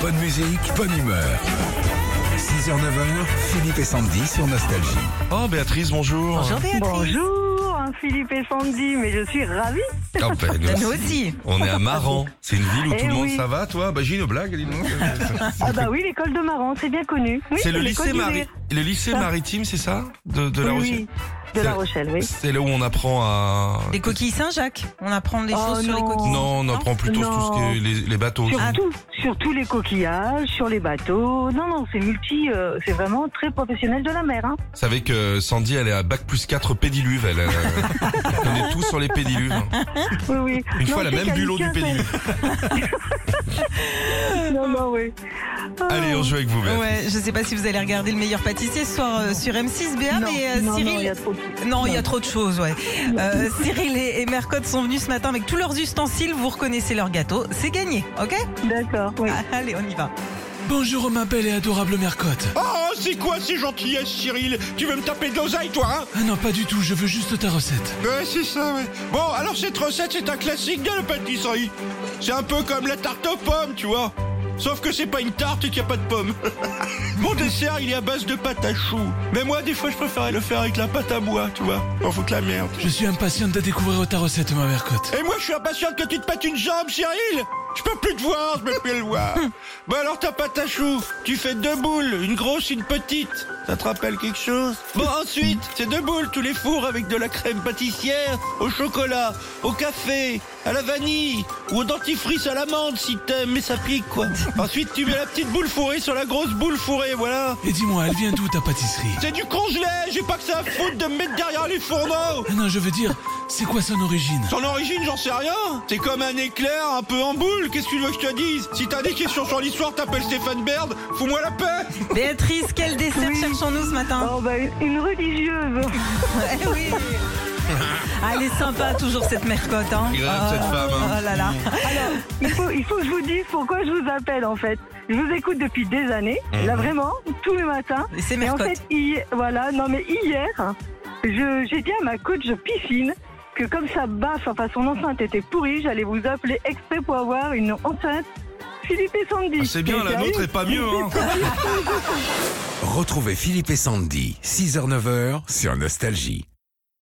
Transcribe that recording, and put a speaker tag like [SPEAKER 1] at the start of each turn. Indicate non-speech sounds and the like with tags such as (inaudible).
[SPEAKER 1] Bonne musique, bonne humeur. 6h, 9h, Philippe et Sandy sur Nostalgie.
[SPEAKER 2] Oh Béatrice, bonjour.
[SPEAKER 3] Bonjour Béatrice.
[SPEAKER 4] Bonjour Philippe et Sandy, mais je suis ravie.
[SPEAKER 2] Ah, bah, nous,
[SPEAKER 3] Bah, Nous aussi.
[SPEAKER 2] on est à Maran. C'est une ville où
[SPEAKER 4] Eh
[SPEAKER 2] tout le monde
[SPEAKER 4] oui.
[SPEAKER 2] ça va, toi Bah j'ai une blague, dis donc.
[SPEAKER 4] Ah bah oui, l'école de Maran, c'est bien connu. Oui,
[SPEAKER 2] c'est le
[SPEAKER 4] l'école
[SPEAKER 2] lycée
[SPEAKER 4] du
[SPEAKER 2] mari-
[SPEAKER 4] rire.
[SPEAKER 2] le lycée maritime, c'est ça de, de la Rochelle.
[SPEAKER 4] Oui, de La Rochelle, oui.
[SPEAKER 2] C'est là où on apprend à
[SPEAKER 3] Les coquilles Saint-Jacques. On apprend des
[SPEAKER 4] Oh
[SPEAKER 3] choses sur les
[SPEAKER 4] non.
[SPEAKER 3] coquilles.
[SPEAKER 2] Non, on apprend plutôt
[SPEAKER 4] Non.
[SPEAKER 2] tout ce qui est les, les bateaux.
[SPEAKER 4] Sur tout, sur tous les coquillages, sur les bateaux. Non, non, c'est multi, euh, c'est vraiment très professionnel de la mer. Hein.
[SPEAKER 2] Vous savez que Sandy, elle est à bac plus 4 pédiluve. Elle, euh, on est tous sur les pédiluves.
[SPEAKER 4] Oui, oui.
[SPEAKER 2] Une
[SPEAKER 4] Non,
[SPEAKER 2] fois, la
[SPEAKER 4] je sais
[SPEAKER 2] même
[SPEAKER 4] qu'à
[SPEAKER 2] bulot du
[SPEAKER 4] Lucas,
[SPEAKER 2] pédiluve.
[SPEAKER 4] ça- Non, non, oui. Ah.
[SPEAKER 2] Allez, on joue avec vous, Béatrice.
[SPEAKER 3] Ouais, je sais pas si vous allez regarder le meilleur pâtissier ce soir euh, sur M6, Béa,
[SPEAKER 4] Non,
[SPEAKER 3] mais euh,
[SPEAKER 4] non, non, il y
[SPEAKER 3] Cyril.
[SPEAKER 4] a trop de-
[SPEAKER 3] Non, il y a trop de choses, ouais. Euh, Cyril et, et Mercotte sont venus ce matin avec tous leurs ustensiles. Vous reconnaissez leur gâteau. C'est gagné, ok (laughs)
[SPEAKER 4] D'accord, oui.
[SPEAKER 3] Allez, on y va.
[SPEAKER 5] Bonjour ma belle et adorable Mercotte.
[SPEAKER 6] Oh, c'est quoi ces gentillesses, Cyril Tu veux me taper de l'oseille, toi, hein
[SPEAKER 5] Ah non, pas du tout, je veux juste ta recette.
[SPEAKER 6] Ouais, c'est ça, ouais. Bon, alors cette recette, c'est un classique de la pâtisserie. C'est un peu comme la tarte aux pommes, tu vois. Sauf que c'est pas une tarte et qu'il n'y a pas de (laughs) pommes. Mon dessert, il est à base de pâte à choux. Mais moi, des fois, je préférais le faire avec la pâte à bois, tu vois. On fout que la merde.
[SPEAKER 5] Je suis impatiente de découvrir ta recette, ma Mercotte.
[SPEAKER 6] Et moi, je suis impatient que tu te pètes une jambe, Cyril Je peux plus te voir, je peux plus le voir. Bah alors, ta pâte à choux, tu fais deux boules, une grosse, une petite. Ça te rappelle quelque chose Bon, ensuite, c'est deux boules, tous les fours avec de la crème pâtissière, au chocolat, au café, à la vanille, ou au dentifrice à l'amande si t'aimes, mais ça pique, quoi. Ensuite, tu mets la petite boule fourrée sur la grosse boule fourrée, voilà.
[SPEAKER 5] Et dis-moi, elle vient d'où ta pâtisserie
[SPEAKER 6] C'est du congelé, j'ai pas que ça à foutre de me mettre derrière les fourneaux
[SPEAKER 5] Ah non, je veux dire, c'est quoi son origine
[SPEAKER 6] son origine, j'en sais rien. C'est comme un éclair un peu en boule. Qu'est-ce que tu veux que je te dise Si t'as des questions sur l'histoire, t'appelles Stéphane Baird. Fous-moi la paix.
[SPEAKER 3] Béatrice, quel dessert
[SPEAKER 4] Oui.
[SPEAKER 3] cherchons-nous ce matin
[SPEAKER 4] Oh, bah, une religieuse.
[SPEAKER 3] (laughs) Eh oui. Ah, Elle est sympa, toujours cette Mercotte. Hein.
[SPEAKER 2] Grave, cette femme, hein.
[SPEAKER 3] oh là là.
[SPEAKER 4] Il faut, il faut que je vous dise pourquoi je vous appelle en fait. Je vous écoute depuis des années,
[SPEAKER 2] Mhm.
[SPEAKER 4] là vraiment, tous les matins.
[SPEAKER 3] Et c'est
[SPEAKER 4] Et en
[SPEAKER 3] Mercotte.
[SPEAKER 4] fait, hier, voilà, non mais hier, hein, je- j'ai dit à ma coach piscine que comme sa baffe, enfin son enceinte était pourrie, j'allais vous appeler exprès pour avoir une enceinte Philippe et Sandy.
[SPEAKER 2] Ah, c'est bien,
[SPEAKER 4] Et
[SPEAKER 2] la
[SPEAKER 4] sérieux,
[SPEAKER 2] nôtre est pas mieux. Hein.
[SPEAKER 1] Retrouvez Philippe et Sandy, 6h, 9h sur Nostalgie.